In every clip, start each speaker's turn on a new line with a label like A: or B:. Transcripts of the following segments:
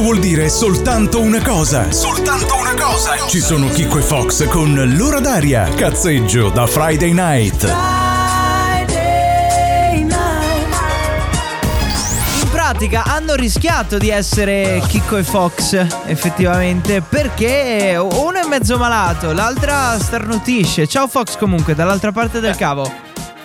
A: vuol dire soltanto una cosa. Soltanto una cosa. Ci sono Kiko e Fox con l'ora d'aria. Cazzeggio da Friday night.
B: pratica hanno rischiato di essere Chicco e Fox effettivamente perché uno è mezzo malato, l'altra starnutisce. Ciao Fox comunque dall'altra parte del cavo.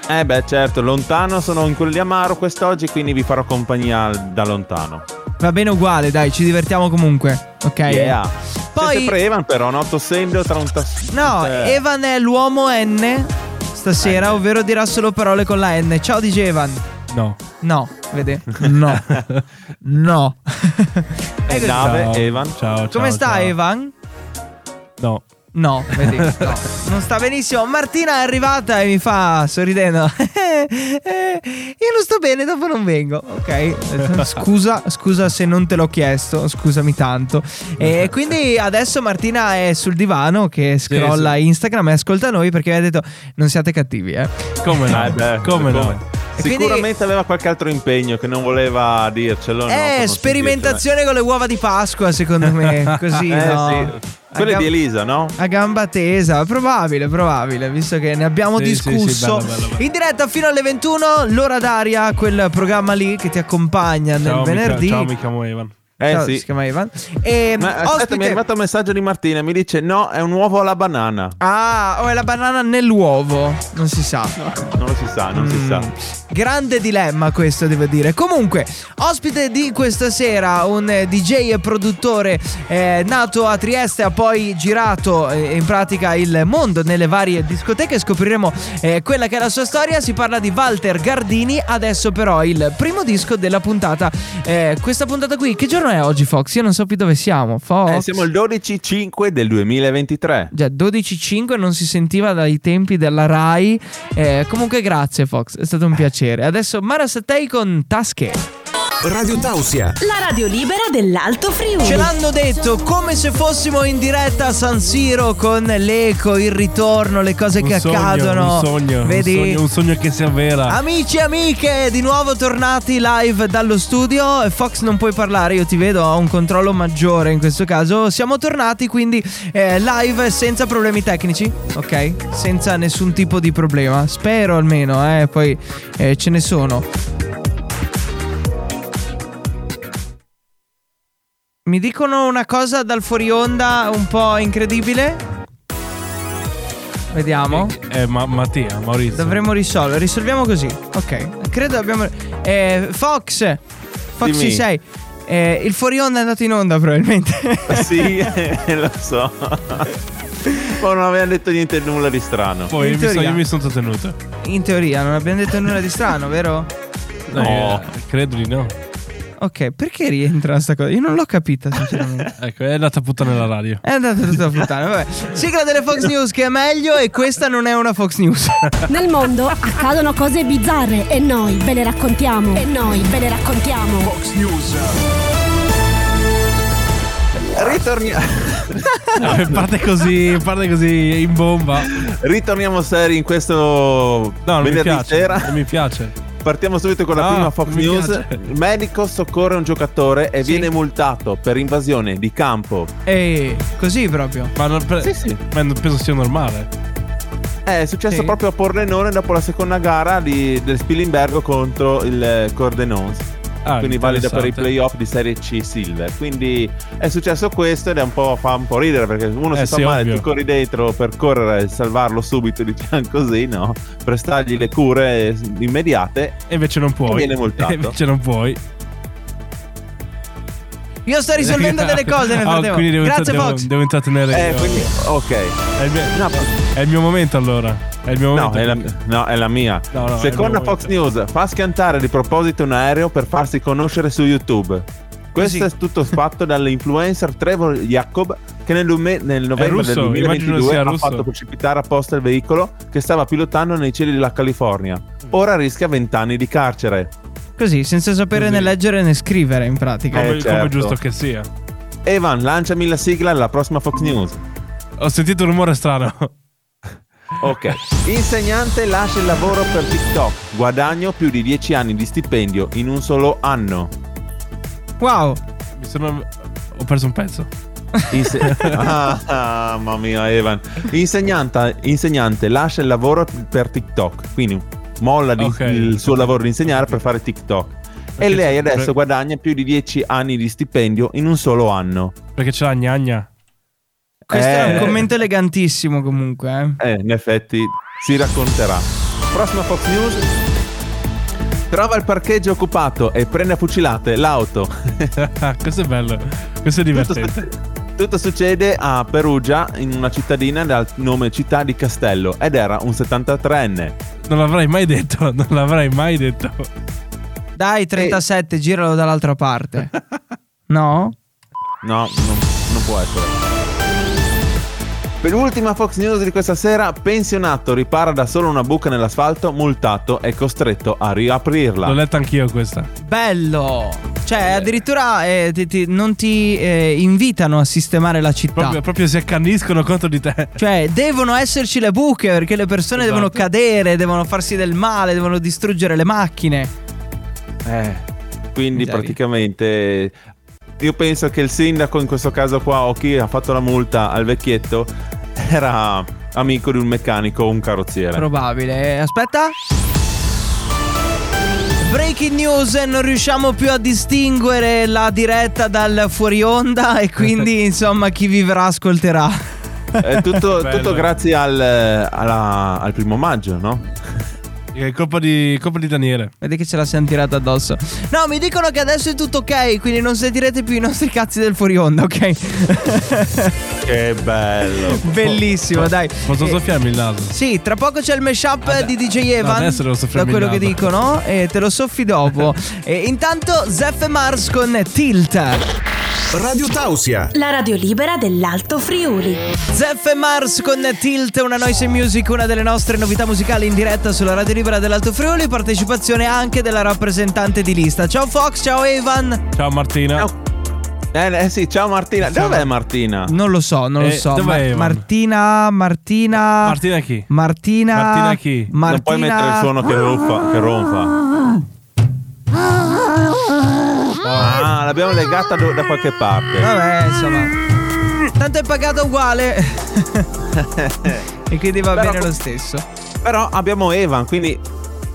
C: Eh beh certo, lontano sono in quello di Amaro quest'oggi quindi vi farò compagnia da lontano.
B: Va bene uguale, dai, ci divertiamo comunque. Ok.
C: Yeah. Poi... C'è sempre Evan però, noto sempre tra un cioè, tasto.
B: No, eh. Evan è l'uomo N stasera, N. ovvero dirà solo parole con la N. Ciao DJ Evan.
D: No.
B: No, vede? No. no.
C: È grave, ciao. eh, Evan.
D: Ciao, ciao,
B: Come sta
D: ciao.
B: Evan?
D: No.
B: No, vedi, no. non sta benissimo. Martina è arrivata e mi fa sorridendo. Io non sto bene, dopo non vengo. Ok, scusa, scusa se non te l'ho chiesto, scusami tanto. E quindi adesso Martina è sul divano che scrolla sì, sì. Instagram e ascolta noi perché mi ha detto non siate cattivi, eh.
D: Come no? Eh beh, come, come no?
C: Sicuramente quindi... aveva qualche altro impegno che non voleva dircelo.
B: Eh,
C: no,
B: sperimentazione con le uova di Pasqua, secondo me. Così,
C: eh,
B: no?
C: sì. Quella gamba... di Elisa, no?
B: A gamba tesa, probabile, probabile, visto che ne abbiamo sì, discusso. Sì, sì, bello, bello, bello. In diretta fino alle 21, l'ora d'aria, quel programma lì che ti accompagna
D: ciao,
B: nel venerdì.
D: ciao, mi chiamo Evan.
C: Eh
B: Ciao,
C: sì.
B: si chiama Ivan. E,
C: Ma aspetta, ospite... mi è arrivato un messaggio di Martina, mi dice no, è un uovo alla banana.
B: Ah, o è la banana nell'uovo, non si sa.
C: No, non si sa, non mm. si sa.
B: Grande dilemma questo, devo dire. Comunque, ospite di questa sera, un DJ e produttore eh, nato a Trieste, ha poi girato eh, in pratica il mondo nelle varie discoteche, scopriremo eh, quella che è la sua storia. Si parla di Walter Gardini, adesso però il primo disco della puntata. Eh, questa puntata qui, che giorno è oggi Fox? Io non so più dove siamo. Fox.
C: Eh, siamo il 12-5 del 2023.
B: Già, 12-5 non si sentiva dai tempi della Rai. Eh, comunque grazie Fox, è stato un piacere. Adesso Mara Sattei con Tasche.
A: Radio Tausia.
E: La radio libera dell'Alto Friuli.
B: Ce l'hanno detto come se fossimo in diretta a San Siro con l'eco, il ritorno, le cose
D: un
B: che
D: sogno,
B: accadono.
D: Un sogno,
B: Vedi?
D: Un sogno, un sogno che si avvera.
B: Amici e amiche, di nuovo tornati live dallo studio. Fox non puoi parlare, io ti vedo, ho un controllo maggiore in questo caso. Siamo tornati quindi eh, live senza problemi tecnici, ok? Senza nessun tipo di problema. Spero almeno, eh, poi eh, ce ne sono. Mi dicono una cosa dal fuori onda un po' incredibile. Vediamo.
D: Eh, eh ma- Mattia, Maurizio.
B: Dovremmo risolvere. Risolviamo così. Ok. Credo abbiamo. Eh, Fox. Fox
C: Dimmi.
B: 6. Eh, il fuori onda è andato in onda probabilmente.
C: Eh, sì, lo so. Poi non avevano detto niente nulla di strano.
D: Poi mi so, io mi sono trattenuto.
B: In teoria non abbiamo detto nulla di strano, vero?
D: No, no. Eh, credo di no.
B: Ok, perché rientra sta cosa? Io non l'ho capita, sinceramente.
D: ecco, è andata a puttana la radio.
B: È andata tutta a puttana, vabbè. Sigla delle Fox News che è meglio e questa non è una Fox News.
E: Nel mondo accadono cose bizzarre e noi ve le raccontiamo. E noi ve le raccontiamo.
A: Fox News.
C: Ritorniamo.
D: no, Eh, parte così, parte così in bomba.
C: Ritorniamo seri in questo no,
D: non
C: venerdì
D: mi piace,
C: sera.
D: Non mi piace
C: partiamo subito con la
D: Ah,
C: prima Fox
D: mi
C: News.
D: piace.
C: Il medico soccorre un giocatore e
B: Sì.
C: viene multato per invasione di campo.
B: E così proprio.
D: Ma non pre-
C: Sì, sì.
D: ma non penso sia normale.
C: Eh, È successo
B: Sì.
C: proprio a Pordenone dopo la seconda gara di- del Spilimbergo contro il eh, Cordenons.
D: Ah,
C: quindi valida per i
D: interessante.
C: playoff di Serie C Silver. Quindi è successo questo ed è un po', fa un po' ridere perché uno
D: Eh
C: si fa
D: sì,
C: male,
D: ovvio.
C: tu corri dentro per correre e salvarlo subito, diciamo così, no? Prestargli le cure immediate.
D: E invece non puoi.
C: E viene multato.
D: E invece non puoi.
B: Io sto risolvendo delle cose nel
D: Ah,
B: frattempo.
D: quindi devo,
B: Grazie
D: devo-
B: Fox.
D: devo intrattenere
C: Eh,
D: io.
C: quindi, ok.
D: È, il mio,
C: No,
D: è il mio momento allora. È il mio
C: No,
D: momento.
C: è la, no, è la mia.
D: No, no, è
C: Secondo
D: il mio
C: Fox News, fa schiantare di proposito un aereo per farsi conoscere su YouTube. Questo
B: Così.
C: è tutto fatto dall'influencer Trevor Jacob che nel, lume- nel
D: È
C: novembre
D: russo,
C: del
D: immagino sia
C: 2022 ha
D: russo.
C: fatto precipitare apposta il veicolo che stava pilotando nei cieli della California.
D: Mm.
C: Ora rischia 20 anni di carcere.
B: Così, senza sapere
D: Così.
B: né leggere né scrivere, in pratica.
C: Eh,
D: come, come
C: certo.
D: giusto che sia.
C: Evan, lanciami la sigla alla prossima Fox News.
D: Ho sentito un rumore strano.
C: Ok. Insegnante lascia il lavoro per TikTok. Guadagno più di 10 anni di stipendio in un solo anno.
B: Wow.
D: Mi sono perso un pezzo.
C: Inse- ah, ah, mamma mia, Evan. Insegnanta- insegnante lascia il lavoro per TikTok. Quindi molla di-
D: Ok.
C: il suo lavoro di insegnare per fare TikTok. E
D: Perché-
C: lei adesso
D: per-
C: guadagna più di 10 anni di stipendio in un solo anno.
D: Perché c'è la gnagna.
B: Questo è un
C: Eh.
B: commento elegantissimo comunque. eh.
C: Eh, in effetti si racconterà. Prossima Fox News. Trova il parcheggio occupato e prende a fucilate l'auto.
D: questo è bello. Questo è
C: Tutto,
D: divertente.
C: tutto succede a Perugia, in una cittadina dal nome Città di Castello, ed era un 73enne.
D: Non l'avrei mai detto. Non l'avrei mai detto.
B: Dai 37,
D: Eh.
B: giralo dall'altra parte. no?
C: No, non, non può essere. Per l'ultima Fox News di questa sera, pensionato ripara da solo una buca nell'asfalto, multato e costretto a riaprirla.
D: L'ho letta anch'io questa.
B: Bello! Cioè, addirittura eh, ti- ti- non ti eh, invitano a sistemare la città.
D: Proprio, proprio si accaniscono contro di te.
B: Cioè, devono esserci le buche perché le persone
D: Esatto.
B: devono cadere, devono farsi del male, devono distruggere le macchine.
C: Eh, quindi
B: Miseria.
C: praticamente io penso che il sindaco in questo caso qua o chi ha fatto la multa al vecchietto era amico di un meccanico o un carrozziere.
B: Probabile. Aspetta. Breaking news, non riusciamo più a distinguere la diretta dal fuori onda e quindi insomma chi vivrà ascolterà.
C: È tutto,
D: Bello.
C: tutto grazie al, alla- al primo maggio, no?
D: È colpa Eh, di, colpa di Daniele.
B: Vedi che ce la siamo tirata addosso. No, mi dicono che adesso è tutto ok, quindi non sentirete più i nostri cazzi del fuori onda, ok?
C: Che bello.
B: Bellissimo, dai.
D: Posso
B: Eh,
D: soffiarmi il naso?
B: Sì, tra poco c'è il mashup di DJ
D: no,
B: Evan.
D: adesso devo
B: da
D: soffiarmi
B: quello
D: il
B: che
D: naso.
B: dicono, e te lo soffi dopo. e intanto Zeff e Mars con Tilt.
A: Radio Tausia.
F: La radio libera dell'Alto Friuli.
B: Zeff e Mars con Tilt, una noise and music, una delle nostre novità musicali in diretta sulla Radio Libera dell'Alto Friuli, partecipazione anche della rappresentante di lista. Ciao Fox, ciao Evan.
D: Ciao Martina.
C: Ciao. Eh, eh sì, ciao Martina.
D: Ciao.
C: Dov'è Martina?
B: Non lo so, non lo
D: Eh,
B: so.
D: dov'è Evan?
B: Martina, Martina.
D: Martina chi?
B: Martina.
D: Martina chi?
B: Martina.
C: Non puoi mettere il suono che, ruffa- che ronfa. Ah, l'abbiamo legata do- da qualche parte.
B: Vabbè, insomma. Tanto è pagato uguale. e quindi va
C: Però-
B: bene lo stesso.
C: Però abbiamo Evan, quindi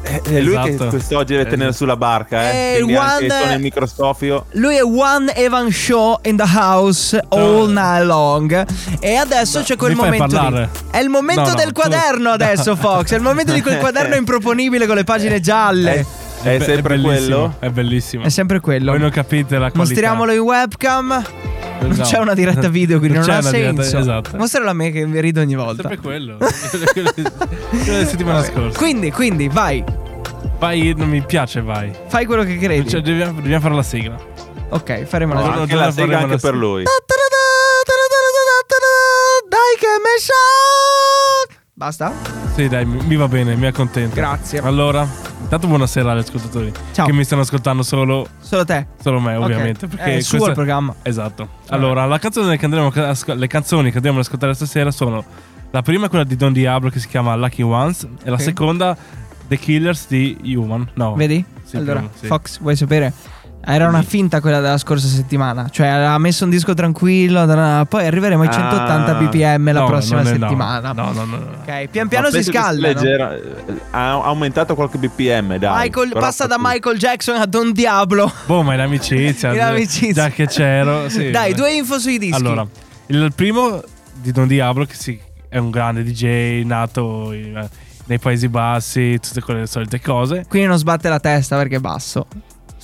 C: è è lui che
D: Esatto.
C: quest'oggi deve
D: Eh.
C: tenere sulla barca,
B: Eh,
C: eh. Quindi anche
B: Juan-
C: con il microscopio.
B: Lui è One Evan Show in the house all
C: Ah.
B: night long. E adesso c'è quel
D: mi fai
B: momento. lì.
D: parlare?
B: È il momento
D: No, no,
B: del
D: tu-
B: quaderno adesso, Fox. È il momento di quel quaderno improponibile con le pagine
D: Eh.
B: gialle.
C: È, è
D: be-
C: sempre
D: bellissimo,
C: quello.
D: È bellissimo.
B: È sempre quello.
D: Voi non capite la qualità.
B: Mostriamolo in webcam. Non
D: No.
B: c'è una diretta video, quindi non,
D: c'è
B: ha
D: una diretta-
B: senso.
D: esatto.
B: Mostralo a me che mi rido ogni volta.
D: Sempre quello. quello di- quello della settimana
B: Vabbè.
D: scorsa.
B: Quindi, quindi, vai.
D: Vai, non mi piace, vai.
B: Fai quello che credi.
D: Cioè, dobbiamo, dobbiamo fare la sigla.
B: Ok, faremo la
D: No,
B: diretta.
C: anche
D: no,
C: la
D: no,
C: sega
D: faremo
C: anche
D: la
C: per
D: sega.
C: lui.
B: Dai che mashup! Basta?
D: Sì, dai, mi, mi va bene, mi accontento.
B: Grazie.
D: Allora, intanto buonasera agli ascoltatori.
B: Ciao.
D: Che mi stanno ascoltando solo,
B: Solo te.
D: solo me,
B: Ok.
D: ovviamente.
B: È
D: Perché
B: il suo il programma. Eh.
D: Esatto. Allora, la canzone che andremo a asco- le canzoni che andremo ad ascoltare stasera sono la prima è quella di Don Diablo che si chiama Lucky Ones e la
B: Ok.
D: seconda The Killers di Human. No.
B: Vedi?
D: Sì,
B: allora,
D: prima, sì.
B: Fox, vuoi sapere? Era una
D: Sì.
B: finta quella della scorsa settimana. Cioè, aveva messo un disco tranquillo. da- da- Poi arriveremo ai
C: Ah.
B: 180 bpm la
D: No,
B: prossima
D: non è- no.
B: settimana.
D: No, no, no. no.
B: Ok, pian piano
C: Ma
B: si
C: penso che
B: scalda. no?
C: leggera- eh, Ha aumentato qualche bpm, dai.
B: Michael-
C: Però
B: passa da
C: fa-
B: Michael Jackson a Don Diablo.
D: Boh, ma è l'amicizia.
B: In amicizia.
D: Già che c'ero. sì. eh.
B: Dai, due info sui dischi.
D: Allora, il primo di Don Diablo, che si- è un grande DJ nato in- eh, nei Paesi Bassi, tutte quelle solite cose.
B: Quindi non sbatte la testa perché è basso.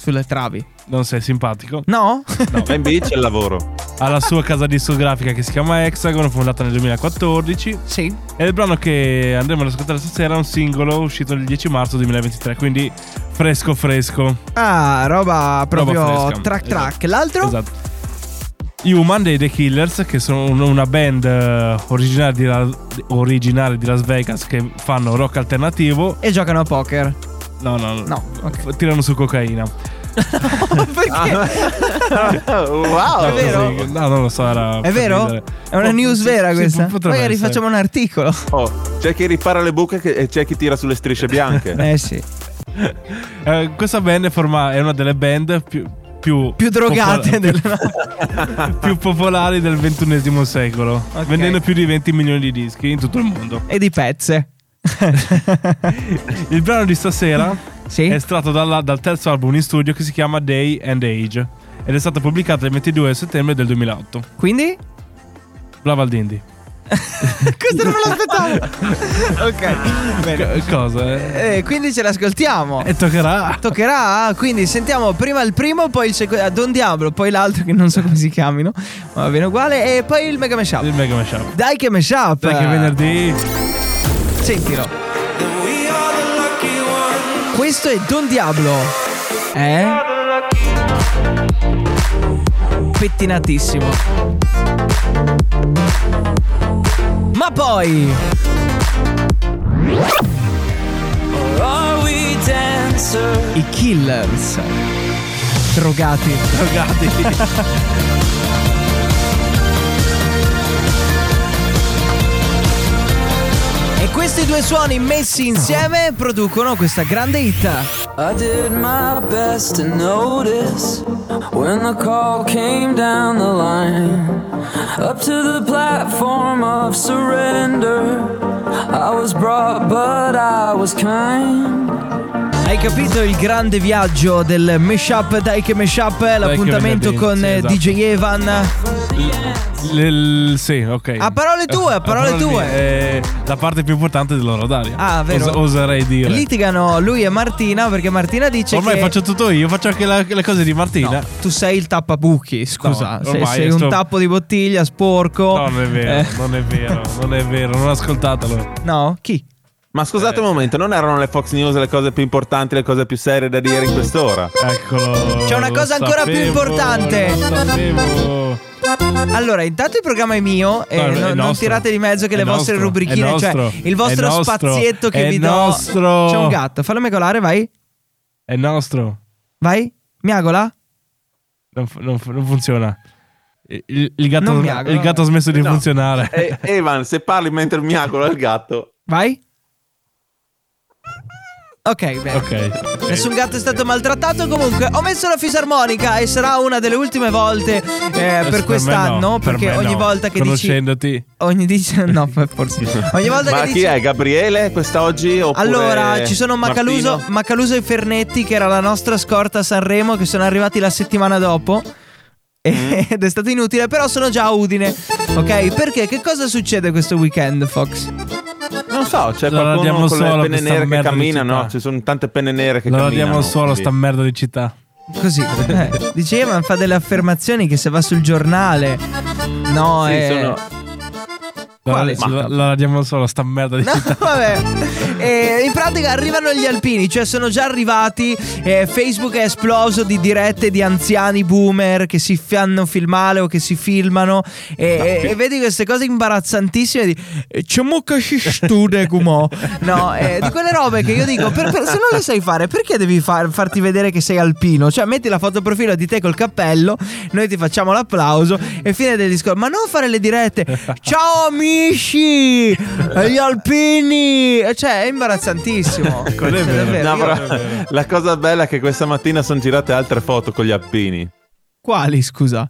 B: Sulle travi.
D: Non sei simpatico.
B: No?
C: Ben beach è il lavoro.
D: Ha la sua casa discografica che si chiama Hexagon, fondata nel 2014.
B: sì.
D: E il brano che andremo ad ascoltare stasera è un singolo uscito il 10 marzo 2023, quindi fresco fresco.
B: Ah, roba proprio
D: fresca.
B: track track.
D: Esatto.
B: L'altro?
D: Esatto. Human dei The Killers, che sono un- una band eh, originaria di, La- originaria di Las Vegas che fanno rock alternativo.
B: E giocano a poker.
D: No, no, no.
B: No, ok.
D: Tirano su cocaina.
B: Perché?
C: wow.
B: Oh, È vero?
D: Così- No, non lo so. Era
B: È
D: per
B: vero?
D: ridere.
B: È una
D: Pot-
B: news
D: Oh, sì,
B: vera
D: sì,
B: questa.
D: potrebbe
B: Poi
D: essere.
B: rifacciamo un articolo.
C: Oh, c'è chi ripara le buche che- e c'è chi tira sulle strisce bianche.
B: Eh sì.
D: Eh, questa band è, forma- è una delle band più, più,
B: Più drogate
D: popola-
B: del...
D: più popolari del ventunesimo secolo,
B: Ok.
D: vendendo più di 20 milioni di dischi in tutto il mondo.
B: e di pezze.
D: Il brano di stasera
B: sì?
D: è estratto dalla- dal terzo album in studio che si chiama Day and Age ed è stato pubblicato il 22 settembre del 2008.
B: Quindi?
D: Brava al Dindi.
B: Questo non me l'aspettavo. ok, bene.
D: C- cosa? eh?
B: Eh, quindi ce l'ascoltiamo.
D: E toccherà.
B: Toccherà, quindi sentiamo prima il primo, poi il secondo, Don Diablo, poi l'altro che non so come si chiamino, ma va bene uguale, e poi il Mega Mashup.
D: Il Mega Mashup.
B: Dai che Mashup! Eh,
D: Dai che venerdì
B: Sentilo. Questo è Don Diablo. Eh? Pettinatissimo. Ma poi... I Killers. Drogati.
D: drogati.
B: E questi due suoni messi insieme producono questa grande hit.
G: I did my best to notice when the call came down the line. Up to the platform of surrender. I was brought, but I was kind.
B: Hai capito il grande viaggio del mashup Dai che mashup, l'appuntamento
D: venerdì,
B: con
D: sì,
B: eh,
D: esatto.
B: DJ Evan.
D: L- l- sì, ok.
B: A parole tue, a parole tue.
D: È eh, la parte più importante dell'orodaria.
B: Ah, vero.
D: Os- oserei dire.
B: Litigano lui e Martina perché Martina dice
D: Ormai
B: che
D: faccio tutto io, faccio anche la- le cose di Martina.
B: No, tu sei il tappabuchi, scusa,
D: No,
B: Se- sei,
D: ormai
B: un
D: sto-
B: tappo di bottiglia sporco.
D: No, non è vero,
B: Eh,
D: non è vero, non è vero, non ascoltatelo.
B: no, chi?
C: Ma scusate un momento, non erano le Fox News le cose più importanti, le cose più serie da dire in quest'ora?
D: Eccolo.
B: C'è una
D: lo
B: cosa ancora più
D: sapevo,
B: importante.
D: Lo sapevo.
B: Allora, intanto il programma è mio e
D: No, è
B: no- non
D: nostro.
B: tirate di mezzo che
D: È
B: le vostre
D: nostro, è
B: rubrichine,
D: nostro,
B: cioè il vostro
D: è nostro,
B: spazietto che
D: è
B: vi
D: nostro.
B: do. C'è un gatto, fallo megolare, vai.
D: È nostro.
B: Vai. Miagola?
D: Non, fu- non fu- non funziona. Il, il gatto,
B: Non mi auguro.
D: il gatto ha smesso di
C: No.
D: funzionare.
C: E- Evan, se parli mentre miagola il gatto.
B: Vai. Ok, bene.
D: Ok.
B: Nessun gatto è stato maltrattato. Comunque, ho messo la fisarmonica e sarà una delle ultime volte eh, per quest'anno.
D: me no, per
B: perché
D: me
B: ogni
D: no.
B: volta che dici.
D: Conoscendoti.
B: Ogni dice. No, forse. Ogni volta
C: Ma
B: che
C: chi
B: dici.
C: è? Gabriele quest'oggi? Oppure
B: Allora, ci sono Macaluso,
C: Martino?
B: Macaluso e Fernetti, che era la nostra scorta a Sanremo, che sono arrivati la settimana dopo. E- Ed è stato inutile, però sono già a Udine. Ok, perché che cosa succede questo weekend, Fox?
C: Non so, c'è
D: Allora,
C: qualcuno
D: diamo
C: con le
D: solo
C: penne
D: questa
C: nere che
D: merda di
C: camminano.
D: città.
C: Ci sono tante penne nere che
D: Lo
C: camminano.
D: diamo solo sta
C: quindi.
D: merda di città.
B: Così, eh, diceva, fa delle affermazioni che se va sul giornale, no,
C: Sì,
B: eh,
C: sono-
B: Quale?
D: La, la, la diamo solo sta merda di città.
B: No, vabbè. E in pratica arrivano gli alpini, cioè sono già arrivati. eh, Facebook è esploso di dirette di anziani boomer che si fanno filmare o che si filmano. E, e- e vedi queste cose imbarazzantissime. Di "Eh, c'è mucca si stude cumo. No, eh, di quelle robe che io dico, per- per- se non le sai fare, perché devi far- farti vedere che sei alpino? Cioè, metti la foto profilo di te col cappello, noi ti facciamo l'applauso e fine del discorso. Ma non fare le dirette. Ciao amici, eh, gli alpini. Eh, Cioè, è imbarazzantissimo.
D: Quello è
B: Cioè,
D: vero.
B: davvero,
C: No,
B: io-
C: però- la cosa bella è che questa mattina sono girate altre foto con gli alpini.
B: Quali, scusa?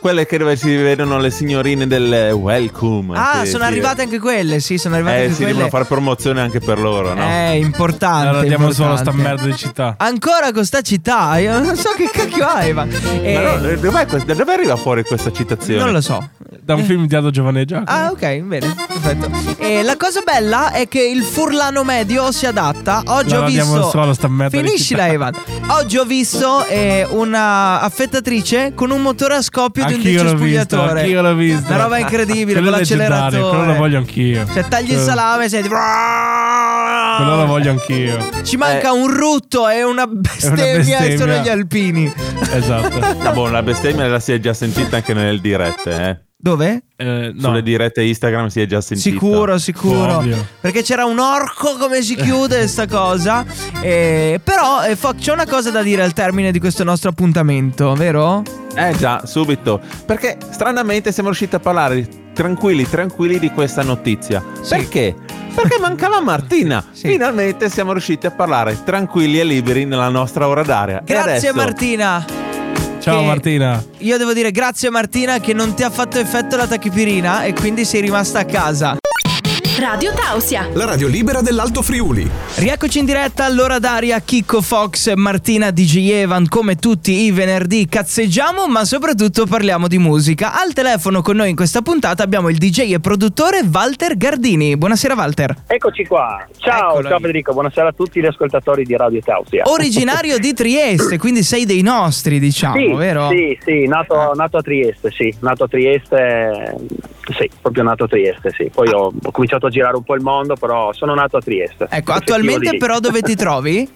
C: Quelle che dove si vedono le signorine del welcome.
B: Ah,
C: che-
B: sono
C: che-
B: arrivate anche quelle. Sì, sono arrivate
C: Eh,
B: anche
C: si
B: quelle. Eh,
C: devono fare promozione anche per loro, no?
B: È importante.
D: Allora diamo solo sta
B: importante.
D: merda di città.
B: Ancora con sta città, io non so che cacchio hai, ma. Eh,
C: Ma no, eh. dov'è questa- da dove arriva fuori questa citazione?
B: non lo so.
D: Da un film di Aldo Giovanni e Giacomo.
B: Ah, ok, bene, perfetto. E la cosa bella è che il furlano medio si adatta. Oggi ho
D: Allora, diamo
B: visto.
D: solo sta merda di
B: Finiscila,
D: città.
B: Evan. Oggi ho visto eh, una affettatrice con un motore a scoppio di un
D: Anch'io l'ho visto,
B: decespugliatore.
D: anch'io l'ho visto.
B: Una roba incredibile,
D: Quello
B: con
D: è leggendario,
B: l'acceleratore.
D: Quello lo voglio anch'io. Eh.
B: Cioè, tagli il
D: Quello-
B: salame e senti. Ah.
D: Quello lo voglio anch'io.
B: Ci manca un rutto e una bestemmia, e sono
D: bestemmia.
B: gli alpini.
D: Esatto.
C: Ah, boh, la bestemmia la si è già sentita anche nelle dirette, eh.
B: Dove?
D: Eh, no.
C: Sulle dirette Instagram si è già sentita.
B: Sicuro, sicuro.
D: Ovvio.
B: Perché c'era un orco come si chiude sta cosa. Eh, però, eh, Fox, c'è una cosa da dire al termine di questo nostro appuntamento, vero?
C: Eh già, subito. Perché stranamente siamo riusciti a parlare tranquilli, tranquilli di questa notizia.
B: Sì.
C: Perché? Perché mancava Martina.
B: Sì.
C: Finalmente siamo riusciti a parlare tranquilli e liberi nella nostra ora d'aria. E
B: Grazie
C: adesso
B: Martina.
D: Ciao
B: che-
D: Martina.
B: Io devo dire grazie Martina che non ti ha fatto effetto la tachipirina e quindi sei rimasta a casa.
F: Radio Tausia.
A: La radio libera dell'Alto Friuli.
B: Rieccoci in diretta all'ora d'aria, Chicco Fox, Martina DJ Evan, come tutti i venerdì cazzeggiamo ma soprattutto parliamo di musica. Al telefono con noi in questa puntata abbiamo il DJ e produttore Walter Gardini. Buonasera Walter.
H: Eccoci qua. Ciao,
B: Eccolo
H: ciao
B: lì.
H: Federico, buonasera a tutti gli ascoltatori di Radio Tausia.
B: Originario di Trieste, quindi sei dei nostri diciamo,
H: sì,
B: vero? Ah.
H: Sì, sì, nato, nato a Trieste, sì, nato a Trieste, mm, sì, proprio nato a Trieste, sì. Poi ho, ho cominciato a girare un po' il mondo, però sono nato a Trieste.
B: Ecco,
H: Effettivo di
B: attualmente
H: lì.
B: però dove ti trovi?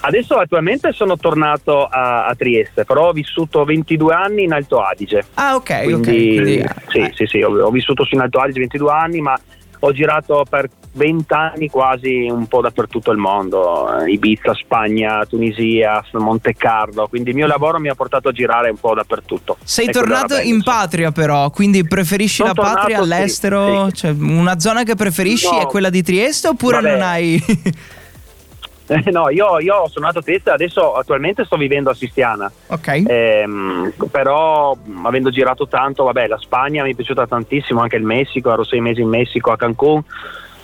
H: Adesso attualmente sono tornato a, a Trieste, però ho vissuto 22 anni in Alto Adige.
B: Ah ok,
H: quindi,
B: ok. quindi-
H: sì,
B: eh,
H: sì, sì, ho, ho vissuto su in Alto Adige 22 anni, ma ho girato per 20 anni quasi un po' dappertutto il mondo, eh, Ibiza, Spagna, Tunisia, Monte Carlo, quindi il mio lavoro mi ha portato a girare un po' dappertutto.
B: Sei
H: Ecco,
B: tornato
H: era bello,
B: in
H: insomma.
B: patria però, quindi preferisci
H: Sono
B: la patria
H: tornato, sì,
B: all'estero?
H: sì.
B: Cioè una zona che preferisci
H: No.
B: è quella di Trieste oppure
H: Vabbè.
B: non hai...
H: Eh, no, io, io sono nato a Trieste, adesso attualmente sto vivendo a Sistiana,
B: ok.
H: ehm, però mh, avendo girato tanto, vabbè, la Spagna mi è piaciuta tantissimo, anche il Messico, ero sei mesi in Messico a Cancun,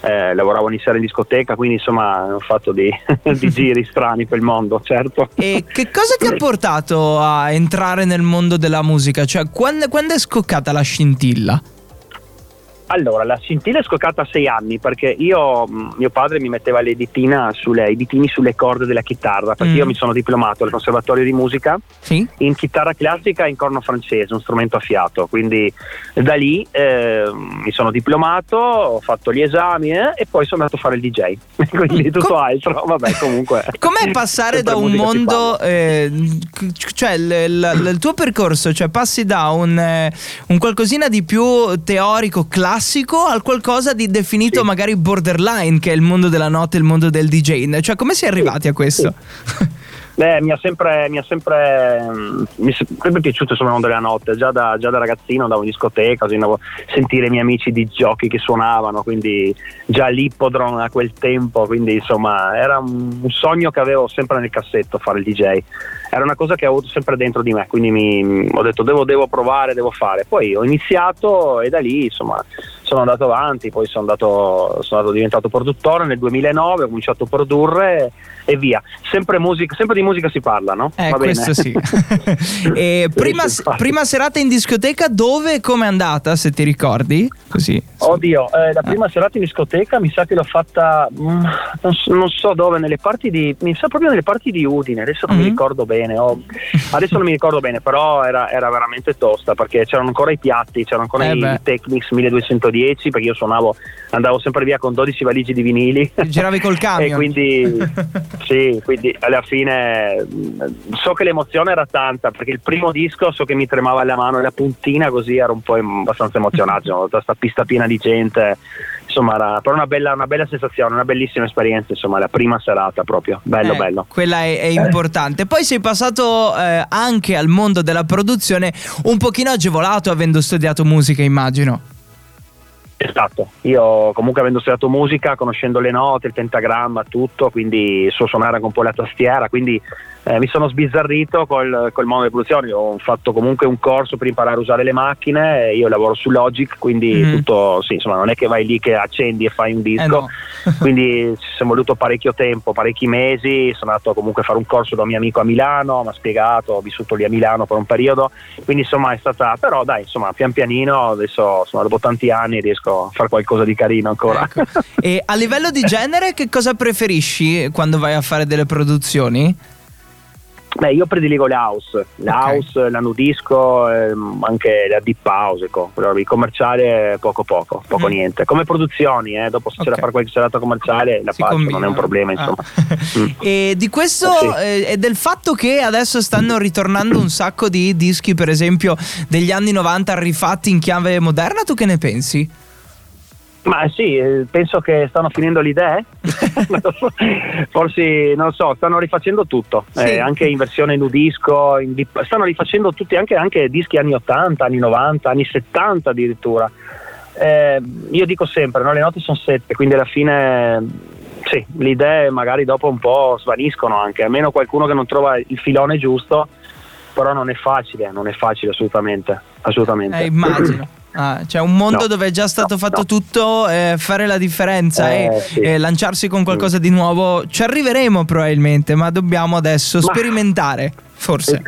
H: eh, lavoravo ogni sera in discoteca, quindi insomma ho fatto di, di giri strani per il mondo, certo.
B: E che cosa ti ha portato a entrare nel mondo della musica? Cioè, quando, quando è scoccata la scintilla?
H: Allora, la scintilla è scoccata a sei anni perché io, mh, mio padre mi metteva le ditina sulle, i ditini sulle corde della chitarra perché
B: Mm.
H: io mi sono diplomato al conservatorio di musica
B: Sì?
H: in chitarra classica e in corno francese, un strumento a fiato. Quindi da lì eh, mi sono diplomato, ho fatto gli esami eh, e poi sono andato a fare il DJ. Quindi tutto
B: Mm, Com-
H: altro, vabbè, comunque. eh,
B: Com'è passare
H: Sempre
B: da un
H: musica si
B: mondo...
H: parla.
B: eh, c- cioè, l- l- l- il tuo percorso, cioè passi da un, eh, un qualcosina di più teorico, classico, al qualcosa di definito
H: Sì.
B: magari borderline, che è il mondo della notte, il mondo del DJ. Cioè, come si è arrivati a questo?
H: Beh, mi ha sempre, mi ha sempre, mm, mi è sempre piaciuto insomma, il mondo della notte, già da, già da ragazzino andavo in discoteca, così andavo a sentire i miei amici di giochi che suonavano, quindi già l'ippodron a quel tempo, quindi insomma era un, un sogno che avevo sempre nel cassetto fare il DJ, era una cosa che avevo avuto sempre dentro di me, quindi mi, ho detto devo, devo provare, devo fare, poi ho iniziato e da lì insomma sono andato avanti, poi sono, andato, sono andato- diventato produttore nel 2009, ho cominciato a produrre e via. Sempre, musica, sempre di musica si parla, no?
B: Eh,
H: Va bene.
B: questo sì. e
H: Sì,
B: prima,
H: sì, infatti.
B: prima serata in discoteca, dove e come è andata, se ti ricordi? Così.
H: Oddio, eh,
B: Ah.
H: la prima serata in discoteca mi sa che l'ho fatta, mm, non, so, non so dove, nelle parti di, mi sa proprio nelle parti di Udine, adesso non
B: Mhm.
H: mi ricordo bene, ho- adesso non mi ricordo bene, però era, era veramente tosta perché c'erano ancora i piatti, c'erano ancora
B: Eh
H: i
B: beh.
H: Technics 1210 perché io suonavo, andavo sempre via con 12 valigie di vinili.
B: Giravi col camion.
H: E quindi, sì, quindi alla fine mh, so che l'emozione era tanta perché il primo disco so che mi tremava la mano e la puntina così ero un po' em- abbastanza emozionato, sono andato a sta pista piena di gente, insomma era però una bella, una bella sensazione, una bellissima esperienza, insomma la prima serata proprio, bello
B: Eh,
H: bello.
B: Quella è, è importante. Poi sei passato eh, anche al mondo della produzione un pochino agevolato avendo studiato musica, immagino.
H: Esatto, io comunque avendo studiato musica, conoscendo le note, il pentagramma, tutto, quindi so suonare anche un po' la tastiera, quindi eh, mi sono sbizzarrito col, col mondo delle produzioni, ho fatto comunque un corso per imparare a usare le macchine, eh, io lavoro su Logic, quindi
B: Mm.
H: tutto, sì, insomma non è che vai lì che accendi e fai un disco,
B: Eh no.
H: quindi ci sono voluto parecchio tempo, parecchi mesi, sono andato comunque a fare un corso da un mio amico a Milano, mi ha spiegato, ho vissuto lì a Milano per un periodo, quindi insomma è stata, però dai, insomma pian pianino, adesso insomma, dopo tanti anni riesco a fare qualcosa di carino ancora.
B: Ecco. E a livello di genere, che cosa preferisci quando vai a fare delle produzioni?
H: Beh, io prediligo le house, le
B: Ok.
H: house, la nudisco, ehm, anche la deep house, ecco. Però il commerciale poco poco, poco
B: Mm.
H: niente. Come produzioni, eh, dopo se c'è da
B: Ok.
H: fare qualche serata commerciale la
B: Si
H: faccio,
B: combina.
H: non è un problema
B: Ah.
H: insomma. Mm.
B: e di questo
H: Eh sì.
B: eh, e del fatto che adesso stanno ritornando un sacco di dischi, per esempio, degli anni 90 rifatti in chiave moderna, tu che ne pensi?
H: Ma sì, eh, penso che stanno finendo le idee. Forse, non so, stanno rifacendo tutto,
B: Sì.
H: Eh, anche in versione nudisco, in dip- stanno rifacendo tutti, anche, anche dischi anni 80, anni 90, anni 70 addirittura. Eh, io dico sempre, no, le note sono sette, quindi alla fine sì, le idee magari dopo un po' svaniscono anche, a meno qualcuno che non trova il filone giusto. però non è facile, non è facile assolutamente, assolutamente.
B: Eh, immagino. Ah, cioè un mondo
H: No.
B: dove è già stato
H: No,
B: fatto
H: no.
B: tutto, eh, fare la differenza
H: Eh,
B: e,
H: sì. Mm.
B: e lanciarsi con qualcosa di nuovo, ci arriveremo probabilmente, ma dobbiamo adesso
H: Ma- Eh,
B: sperimentare, forse.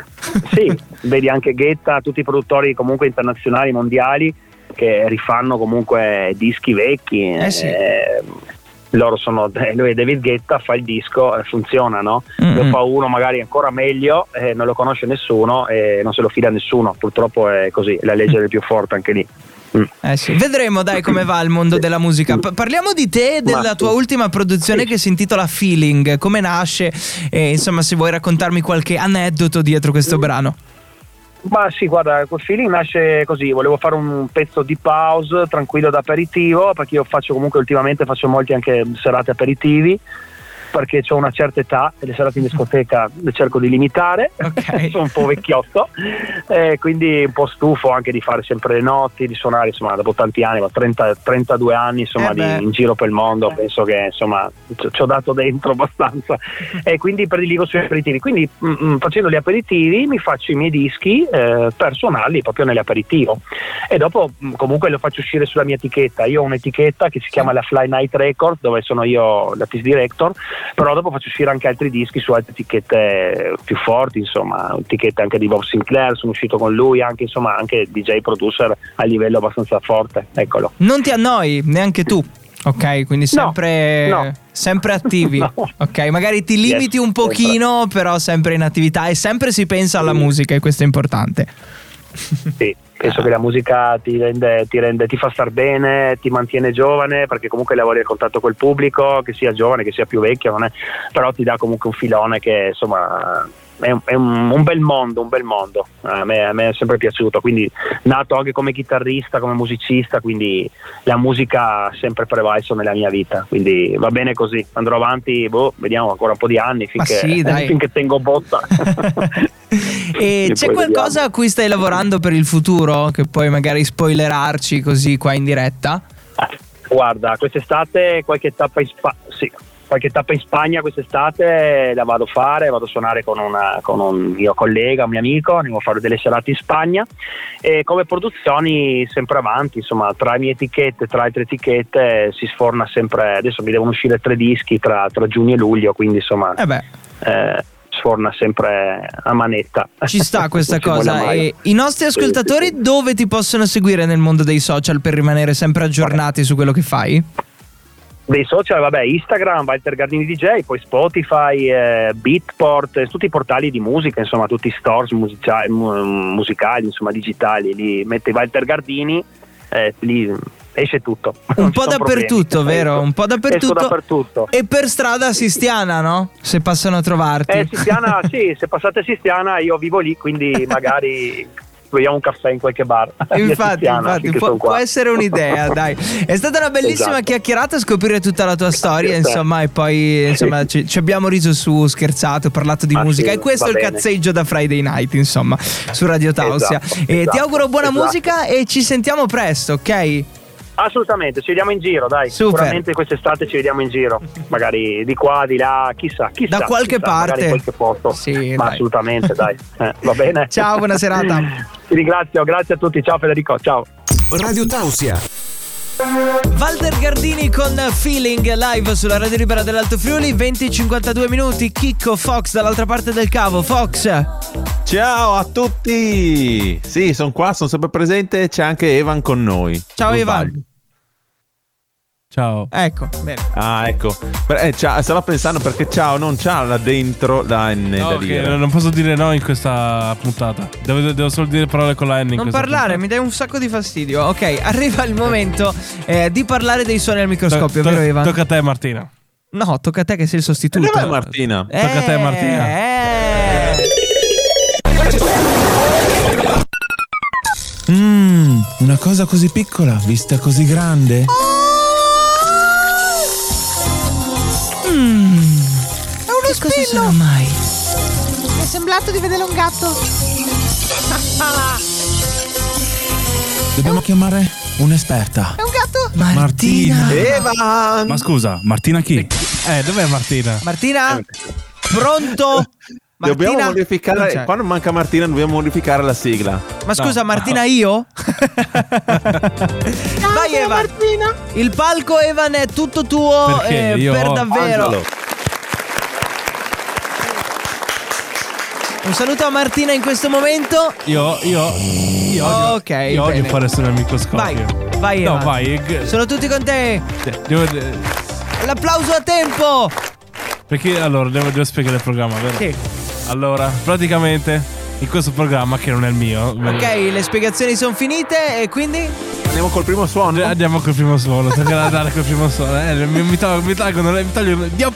H: sì, vedi anche Ghetta, tutti i produttori comunque internazionali, mondiali, che rifanno comunque dischi vecchi.
B: Eh sì.
H: Eh, loro sono, eh, lui è David Ghetta, fa il disco, eh, funziona, no? Lo
B: Mm-mm.
H: fa uno magari ancora meglio, eh, non lo conosce nessuno e non se lo fida nessuno, purtroppo è così, è la legge del più forte anche lì. Mm.
B: Eh sì. Vedremo dai come va il mondo della musica. Pa- parliamo di te e della
H: Ma-
B: tua ultima produzione
H: sì.
B: che si intitola Feeling, come nasce e insomma se vuoi raccontarmi qualche aneddoto dietro questo
H: Mm.
B: brano.
H: Ma sì, guarda, quel feeling nasce così, volevo fare un pezzo di pause, tranquillo da aperitivo, perché io faccio comunque ultimamente faccio molti anche serate aperitivi, perché ho una certa età e le serate in discoteca le cerco di limitare,
B: Ok.
H: sono un po' vecchiotto, e quindi un po' stufo anche di fare sempre le notti, di suonare, insomma, dopo tanti anni, ma 30 32 anni insomma,
B: Eh
H: di-
B: beh.
H: in giro per il mondo, penso che insomma ci ci ho dato dentro abbastanza e quindi prediligo sui aperitivi. Quindi mm, mm, facendo gli aperitivi mi faccio i miei dischi eh, per suonarli proprio nell'aperitivo e dopo mm, comunque lo faccio uscire sulla mia etichetta. Io ho un'etichetta che si chiama la Fly Night Record dove sono io l'artist director, però dopo faccio uscire anche altri dischi su altre etichette più forti, insomma, etichette anche di Bob Sinclair, sono uscito con lui, anche insomma anche DJ producer a livello abbastanza forte, eccolo.
B: Non ti annoi neanche tu. Ok, quindi
H: No,
B: sempre,
H: no.
B: sempre attivi.
H: No.
B: Ok, magari ti limiti
H: Yes, esatto.
B: un pochino, però sempre in attività e sempre si pensa alla musica e questo è importante.
H: Sì,
B: Ah.
H: penso che la musica ti rende, ti rende, ti fa star bene, ti mantiene giovane, perché comunque lavori a contatto col pubblico, che sia giovane, che sia più vecchio, non è- però ti dà comunque un filone che insomma è, un, è un- un bel mondo, un bel mondo. A me, a me è sempre piaciuto, quindi nato anche come chitarrista, come musicista, quindi la musica ha sempre prevalso nella mia vita, quindi va bene così, andrò avanti, boh, vediamo ancora un po' di anni
B: Ma
H: finché,
B: sì, dai.
H: finché tengo botta.
B: e
H: E
B: c'è
H: poi
B: qualcosa
H: vediamo.
B: a cui stai lavorando per il futuro che puoi magari spoilerarci così qua in diretta?
H: Guarda, quest'estate qualche tappa in Spagna. Sì. Qualche tappa in Spagna quest'estate la vado a fare, vado a suonare con, una- con un mio collega, un mio amico, andiamo a fare delle serate in Spagna e come produzioni sempre avanti, insomma tra le mie etichette, tra altre etichette si sforna sempre, adesso mi devono uscire tre dischi tra, tra giugno e luglio, quindi insomma
B: Eh beh,
H: eh, sforna sempre a manetta.
B: ci sta questa
H: Non ci molla
B: cosa.
H: mai.
B: E I nostri
H: Sì, sì,
B: ascoltatori
H: sì.
B: dove ti possono seguire nel mondo dei social per rimanere sempre aggiornati su quello che fai?
H: dei social, vabbè, Instagram, Walter Gardini DJ, poi Spotify, eh, Beatport, eh, tutti i portali di musica, insomma, tutti i stores musica- mu- musicali, insomma, digitali, lì mette Walter Gardini, eh, lì esce tutto.
B: Un
H: Non ci
B: po'
H: sono
B: dappertutto,
H: problemi. Eh,
B: vero?
H: Esco-
B: Un po' dappertutto.
H: Esco dappertutto.
B: E per strada Sistiana, no? Se passano a trovarti.
H: Eh, Sistiana, sì, se passate a Sistiana io vivo lì, quindi magari beviamo un caffè in qualche bar. Via
B: Infatti,
H: Sistiana,
B: infatti
H: finché
B: può,
H: sono qua.
B: può essere un'idea, dai. È stata una bellissima
H: Esatto.
B: chiacchierata scoprire tutta la tua storia,
H: Grazie a te.
B: insomma, e poi insomma,
H: Sì.
B: ci, ci abbiamo riso su, scherzato, parlato di
H: Ma
B: musica.
H: sì,
B: e questo è
H: va
B: il
H: bene.
B: cazzeggio da Friday Night, insomma, su Radio Tausia.
H: Esatto,
B: e ti
H: esatto,
B: auguro buona
H: esatto.
B: musica e ci sentiamo presto, ok?
H: Assolutamente, ci vediamo in giro, dai.
B: Super.
H: Sicuramente quest'estate ci vediamo in giro, magari di qua, di là, chissà, chissà.
B: Da qualche
H: chissà, magari
B: parte.
H: in qualche posto.
B: Sì,
H: Ma
B: dai.
H: assolutamente, dai. Eh, va bene.
B: Ciao, buona serata.
H: Ti ringrazio, grazie a tutti. Ciao Federico, ciao.
A: Radio Tausia.
B: Walter Gardini con Feeling live sulla Radio Libera dell'Alto Friuli, 20-52 minuti. Chicco Fox dall'altra parte del cavo. Fox.
C: Ciao a tutti! Sì, sono qua, sono sempre presente. C'è anche Evan con noi.
B: Ciao,
C: Non
B: Evan.
C: sbaglio.
D: Ciao.
C: Eh,
B: Ecco, bene.
C: Ah, ecco. Per- eh, ciao, stavo pensando perché ciao non c'ha là dentro la N
D: No,
C: da
D: che
C: dire.
D: non posso dire no in questa puntata. Devo, devo solo dire parole con la N. in
B: Non
D: questa
B: parlare,
D: puntata.
B: mi dai un sacco di fastidio. Ok, arriva il momento eh, di parlare dei suoni al microscopio,
D: To-
B: vero
D: to-
B: Evan?
D: Tocca a te, Martina.
B: no, tocca a te che sei il sostituto.
C: Dov'è Martina?
D: Tocca a te, Martina.
B: Eh.
I: Mmm, una cosa così piccola vista così grande.
B: È uno spillo. sarà mai?
J: Mi è sembrato di vedere un gatto.
I: Dobbiamo chiamare un'esperta.
J: È un gatto?
B: Martina.
C: Evan!
I: Ma scusa, Martina chi?
D: Eh, dov'è Martina?
B: Martina? Pronto?
C: Dobbiamo
B: Martina- non
C: modificare.
B: c'è.
C: Quando manca Martina, dobbiamo modificare la sigla.
B: Ma scusa, Martina, io? Vai, Eva.
J: Ah, Martina.
B: Il palco, Evan, è tutto tuo
D: Perché
B: eh,
D: io
B: per
D: ho-
B: davvero.
C: Angelo.
B: Un saluto a Martina in questo momento.
D: Io, io, io odio,
B: Ok,
D: io odio
B: bene.
D: fare solo amico
B: Vai,
D: Scorpio.
B: vai,
D: No,
B: Evan.
D: vai. g-
B: Sono tutti con te.
D: devo- eh,
B: L'applauso a tempo.
D: perché allora devo, devo spiegare il programma, vero?
B: Sì.
D: Allora, praticamente in questo programma che non è il mio.
B: Ok, le spiegazioni sono finite e quindi
C: Andiamo col primo
D: Eh,
C: suono.
D: Andiamo col primo suono, tocca andare col primo suono. Eh, mi, mi tolgo, mi tolgono le- mi tagliono- Dio,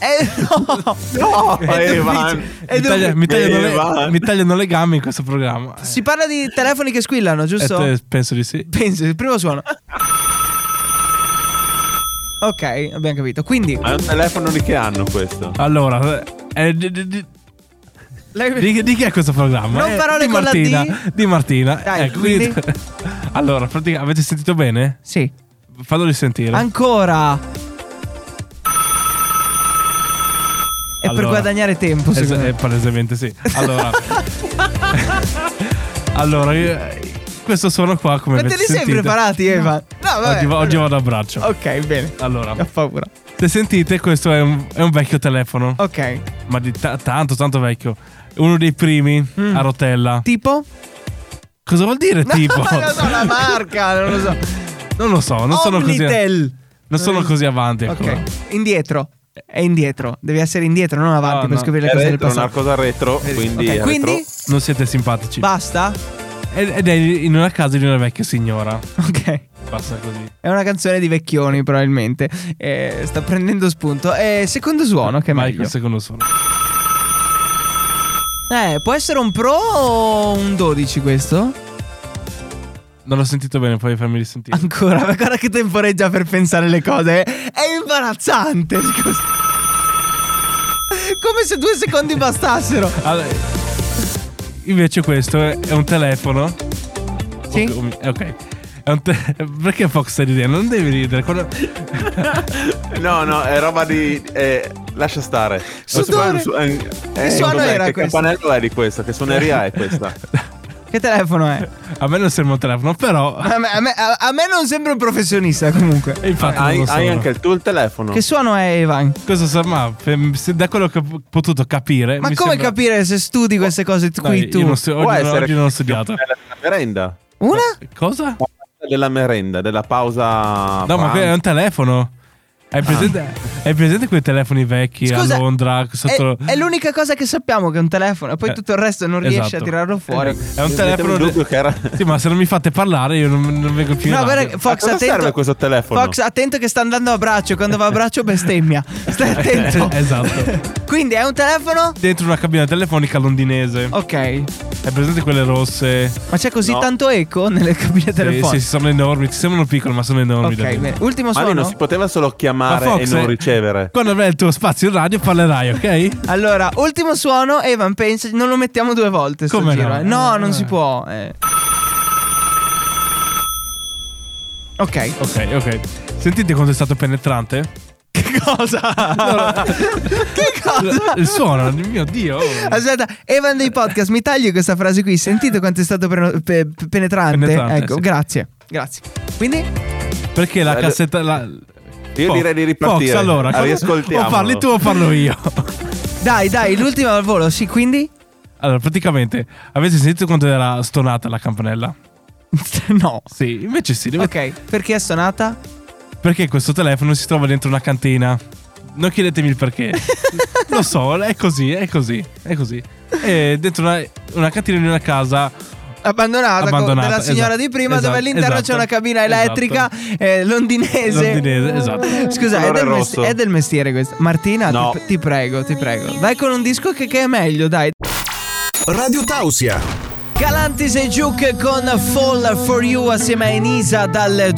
B: Eh, no.
C: No, Eh,
B: È
C: Evan.
B: È
D: mi taglia- mi tagliano le,
C: Evan.
D: mi tagliano le gambe in questo programma. Eh,
B: Si parla di telefoni che squillano, giusto?
D: eh, te- penso di sì.
B: Penso, il primo suono. Ok, abbiamo capito. Quindi,
C: Ma è un telefono di che anno questo?
D: Allora, eh, di, di- di-
B: lei-
D: di- di chi è questo programma?
B: Non
D: Eh,
B: parole
D: di
B: con la
D: Martina.
B: D.
D: Di Martina.
B: Dai,
D: Ecco, quindi-
B: quindi?
D: allora, praticamente, avete sentito bene?
B: sì,
D: Fallo risentire.
B: ancora. È per
D: Allora.
B: guadagnare tempo,
D: Es-
B: secondo
D: eh,
B: me.
D: palesemente sì. Allora, allora io- questo suono qua
B: Ma
D: come
B: te
D: avete
B: li sei
D: sentito-
B: preparati, Eva? No, vabbè.
D: Oggi, va- oggi vado a braccio.
B: Ok, bene.
D: Allora,
B: Ho paura.
D: se sentite, questo è un, è un vecchio telefono,
B: Ok.
D: ma di ta- tanto, tanto vecchio. Uno dei primi
B: Mm.
D: a rotella.
B: Tipo?
D: Cosa vuol dire tipo?
B: No, non lo so, la marca, non lo so.
D: Non lo so, non sono così.
B: Omnitel.
D: Non sono così avanti. ancora.
B: Ok, indietro. È indietro. Devi essere indietro, non avanti
D: No,
B: per
D: no.
B: scoprire le
C: È
B: cose del
C: retro, una
B: passato.
C: cosa retro. Quindi,
B: Ok,
C: è
B: quindi
C: retro.
D: Non siete simpatici.
B: basta.
D: Ed ed è in una casa di una vecchia signora.
B: Ok.
D: Basta così.
B: È una canzone di vecchioni, probabilmente. Eh, sta prendendo spunto. Eh, secondo suono, che è
D: Vai
B: meglio.
D: col secondo suono.
B: Eh, può essere un pro o un 12 questo?
D: Non l'ho sentito bene, puoi farmi risentire.
B: Ancora, ma guarda che temporeggia per pensare le cose. È imbarazzante. scusa. Come se due secondi bastassero.
D: Allora, invece questo è è un telefono.
B: Sì?
D: Ok. um, ok. È un te- perché Fox sta ridendo? Non devi ridere. Quando-
C: No, no, è roba di. eh, lascia stare.
B: Sudore.
C: Su- eh, eh,
B: suono
C: cos'è?
B: era
C: Che
B: questo?
C: campanello è di questa? Che suoneria è questa?
B: Che telefono è?
D: A me non serve un telefono, però.
B: A me, a me- a- a me non sembra un professionista, comunque.
D: e Infatti, non
C: hai,
D: lo so.
C: hai anche il tuo il telefono.
B: Che suono è, Ivan?
D: Questo sa, ma per- se- da quello che ho potuto capire.
B: Ma
D: mi
B: come
D: sembra-
B: capire se studi queste cose t-
D: Dai,
B: qui tu?
D: io non stu-
C: Può
D: oggi, non-
C: essere
D: oggi non ho studiato.
C: Della merenda.
B: Una?
D: Cosa?
C: Della merenda, della pausa.
D: No, ma
C: pranzo.
D: que- è un telefono. Hai presente, hai presente quei telefoni vecchi
B: Ah. Scusa, eh,
D: a Londra? Sotto...
B: È, è l'unica cosa che sappiamo che è un telefono, e poi
D: Eh,
B: tutto il resto non riesci a
D: esatto.
B: tirarlo fuori.
D: È un
C: Mi mettevo
D: telefono.
C: in dubbio che era-
D: Sì, ma se non mi fate parlare, io non, non vengo più in
B: No,
D: radio.
B: guarda, Fox,
C: cosa
B: attento.
C: serve questo telefono?
B: Fox, attento che sta andando a braccio. Quando va a braccio, bestemmia. Stai attento.
D: Eh, esatto.
B: Quindi è un telefono?
D: Dentro una cabina telefonica londinese.
B: Ok.
D: Hai presente quelle rosse? Sì,
B: Ma c'è così
C: No.
B: tanto eco nelle cabine
D: sì,
B: telefoniche?
D: sono enormi. Ci sembrano piccole, ma sono enormi.
B: ok,
D: davvero.
B: bene. Ultimo
C: Ma lì non
B: suono.
C: si poteva solo
D: Ma
C: chiamare
D: Fox,
C: e non
D: eh,
C: ricevere.
D: Quando avrai il tuo spazio in radio, parlerai, ok?
B: Allora, ultimo suono. Evan, pensa, non lo mettiamo due volte. sto
D: Come no?
B: giro, eh. No, non
D: Eh.
B: si può. eh. Ok.
D: Ok, ok. Sentite quanto è stato penetrante?
B: Che cosa? che cosa?
D: Il suono, mio dio. oh.
B: Aspetta, Evan dei podcast, mi tagli questa frase qui. Sentite quanto è stato preno- pe- pe- penetrante?
D: Penetrante,
B: Ecco,
D: sì.
B: grazie. Grazie. Quindi,
D: Perché la
C: Eh,
D: cassetta. La...
C: Io
D: Fox-
C: direi di ripartire.
D: Fox, allora,
C: Ah, riascoltiamolo.
D: O parli tu o parlo io.
B: dai, dai, l'ultima al volo. Sì, quindi?
D: Allora, praticamente, avete sentito quanto era stonata la campanella?
B: no.
D: Sì, invece sì. deve-
B: Ok, perché è sonata?
D: Perché questo telefono si trova dentro una cantina? Non chiedetemi il perché. Lo so, è così, è così, è così. È dentro una, una cantina di una casa
B: Abbandonata, co-
D: Abbandonata,
B: della signora
D: esatto,
B: di prima,
D: esatto,
B: dove all'interno
D: esatto,
B: c'è una cabina
D: esatto.
B: elettrica eh, londinese.
D: londinese, esatto.
B: Scusa, è
C: Colore
B: del, mes-
C: rosso.
B: è del mestiere questo. Martina,
C: No.
B: ti, ti prego, ti prego. Vai con un disco che, che è meglio, dai.
A: Radio Tausia.
B: Galantis e Juke con Fall for You assieme a Enisa dal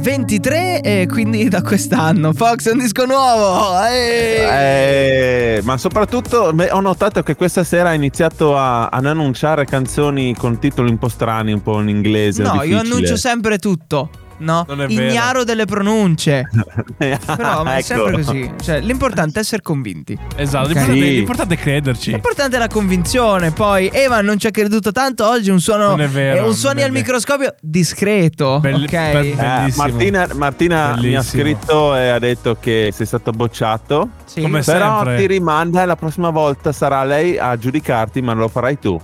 B: 2023 e quindi da quest'anno. Fox è un disco nuovo. eh.
C: Eh, ma soprattutto beh, ho notato che questa sera ha iniziato a, ad annunciare canzoni con titoli un po' strani, un po' in inglese.
B: no, io
C: difficile.
B: annuncio sempre tutto. no?
D: Non è vero.
B: Ignaro delle pronunce. Però ma è sempre
C: Eccolo.
B: così. Cioè, l'importante è essere convinti.
D: Esatto,
B: Ok.
D: l'importante,
C: Sì.
D: l'importante è crederci.
B: L'importante è la convinzione. Poi, Evan non ci ha creduto tanto. Oggi un suono.
D: Non è vero,
B: eh, Un
D: non
B: suoni
D: è
B: al
D: vero.
B: microscopio discreto.
D: Bell-
B: ok.
D: bel-
C: Eh,
D: Bellissimo.
C: Martina, Martina mi ha
D: Bellissimo.
C: scritto e ha detto che sei stato bocciato.
B: Sì.
D: come se-
C: Però
D: sempre.
C: ti rimanda e la prossima volta sarà lei a giudicarti, ma non lo farai tu.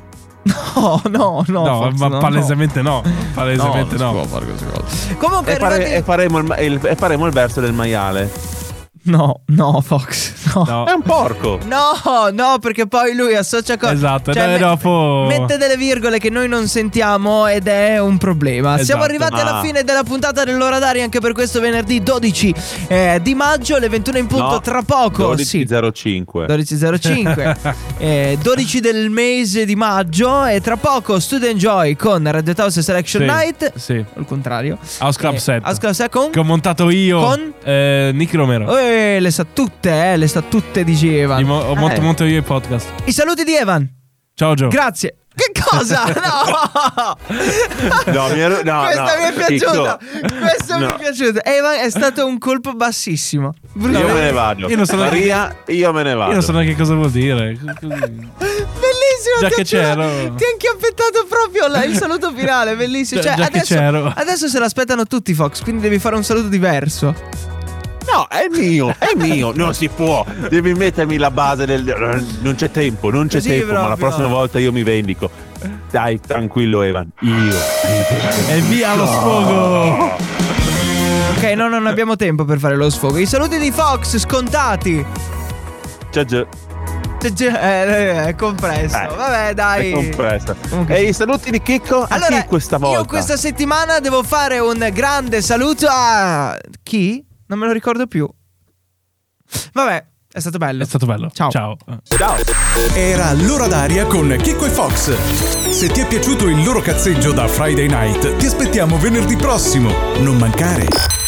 B: No, no, no.
D: No,
B: Fox,
D: ma
B: no, no.
D: palesemente no. Palesemente no.
B: Comunque,
C: E, fare-
B: arrivati-
C: e faremo il, il- e faremo il verso del maiale.
B: No, no, Fox. No.
D: No.
C: È un porco.
B: No, no, perché poi lui associa cose.
D: Esatto, no, e dopo-
B: Mette delle virgole che noi non sentiamo ed è un problema. Siamo
D: Esatto.
B: arrivati alla
C: Ah.
B: fine della puntata dell'ora d'aria anche per questo venerdì 12 eh, di maggio, alle 21 in punto.
C: No,
B: tra poco, sì.
C: 12.05.
B: 12.05 eh, 12 del mese di maggio e tra poco Student Joy con Radio House Selection
D: Sì,
B: Night
D: sì.
B: al contrario
D: House Club
B: Eh,
D: set.
B: House Club set con
D: Che ho montato io.
B: Con?
D: Eh, Nick Romero.
B: Eh, le sa tutte eh, le sa tutte diceva
D: Gli mo- ho montato,
B: Eh.
D: montato io i podcast.
B: i saluti di Evan
D: Ciao Gio.
B: Grazie. Che cosa? No!
C: No, mi ero- no,
B: Questa
C: no.
B: mi è piaciuta.
C: Chicco.
B: Questa mi è
C: No.
B: piaciuta. Evan è stato un colpo bassissimo. Brutto.
C: Io me ne vado.
D: Io non so neanche-
C: Maria, io me ne vado.
D: Io non so neanche cosa vuol dire. Così.
B: Bellissimo.
D: Già
B: ti
D: che
B: giuro,
D: c'ero.
B: Ti ha inchiappettato proprio la- il saluto finale. Bellissimo.
D: Già-
B: Cioè,
D: già che
B: adesso,
D: c'ero.
B: adesso se l'aspettano tutti, Fox. Quindi devi fare un saluto diverso.
C: No, è mio, è mio, non si può. Devi mettermi la base del. Non c'è tempo, non c'è
B: Così
C: tempo, ma la
B: proprio.
C: prossima volta io mi vendico. Dai, tranquillo, Evan. Io.
D: E via lo sfogo.
B: Ok, no, no, non abbiamo tempo per fare lo sfogo. I saluti di Fox scontati.
C: Ciao, Gio.
B: Cioè, cioè, eh, è compresso.
C: Eh,
B: Vabbè, dai.
C: È compressa.
B: Comunque-
C: E i saluti di Chicco a
B: Allora,
C: chi questa volta?
B: io questa settimana devo fare un grande saluto a chi? Non me lo ricordo più. Vabbè, è stato bello.
D: È stato bello.
B: Ciao.
D: Ciao.
C: Ciao.
A: Era l'ora d'aria con Chicco e Fox. Se ti è piaciuto il loro cazzeggio da Friday Night, ti aspettiamo venerdì prossimo. Non mancare.